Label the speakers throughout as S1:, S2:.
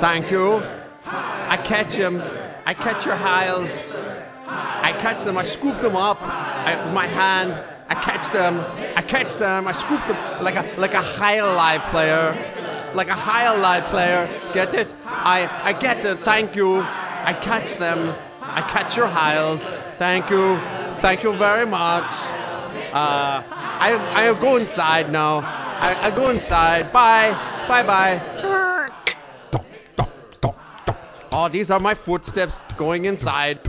S1: Thank you. I catch them. I catch your hiles. I catch them. I scoop them up I, with my hand. I catch them. I catch them. I scoop them like a like a hile live player, like a hile live player. Get it? I I get it. Thank you. I catch them. I catch your hiles. Thank you. Thank you very much. Uh, I I go inside now. I, I go inside. Bye. Bye bye. Oh, these are my footsteps going inside.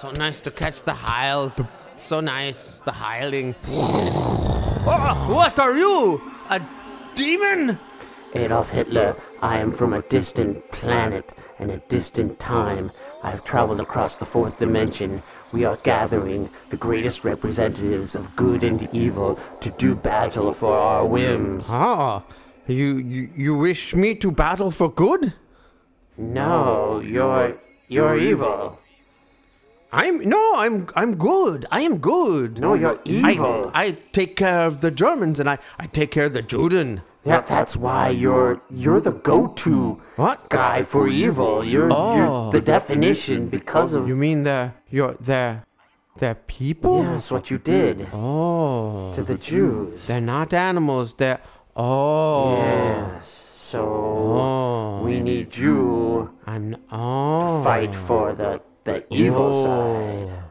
S1: So nice to catch the hiles. So nice, the hiling. Oh, what are you? A demon?
S2: Adolf Hitler, I am from a distant planet and a distant time. I have traveled across the fourth dimension. We are gathering the greatest representatives of good and evil to do battle for our whims.
S1: Ah, you, you, you wish me to battle for good?
S2: No, you're you're evil.
S1: I'm no, I'm I'm good. I am good.
S2: No, you're evil.
S1: I, I take care of the Germans and I, I take care of the Juden.
S2: Yeah, that's why you're you're the go-to
S1: What?
S2: guy for evil. You're,
S1: Oh.
S2: you're the definition because of
S1: You mean the your their their people?
S2: yes, what you did to
S1: Oh,
S2: the Jews.
S1: they're not animals. They're oh
S2: Yes. So
S1: Oh.
S2: we need you
S1: I'm n- oh
S2: fight for the the evil
S1: Oh.
S2: side. Hmm.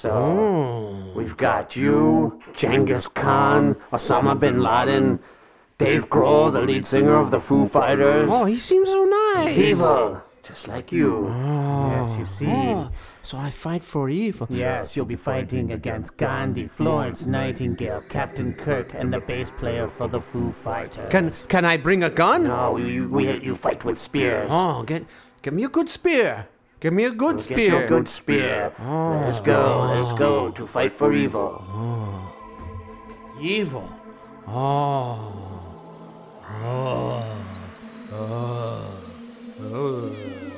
S2: So.
S1: Oh.
S2: We've got you, Genghis Khan, Osama bin Laden, Dave Grohl, the lead singer of the Foo Fighters.
S1: Oh, he seems so nice.
S2: evil, Ah. just like you. Yes, you see.
S1: Oh, so I fight for evil.
S2: Yes, you'll be fighting against Gandhi, Florence Nightingale, Captain Kirk, and the bass player for the Foo Fighters.
S1: Can can I bring a gun?
S2: no, you, we, you fight with spears.
S1: Oh, get give me a good spear. Give me a good
S2: Get your
S1: spear.
S2: good spear. Ah. Let's go, let's go to fight for evil.
S1: evil. Oh. Oh. Oh. Oh. Oh.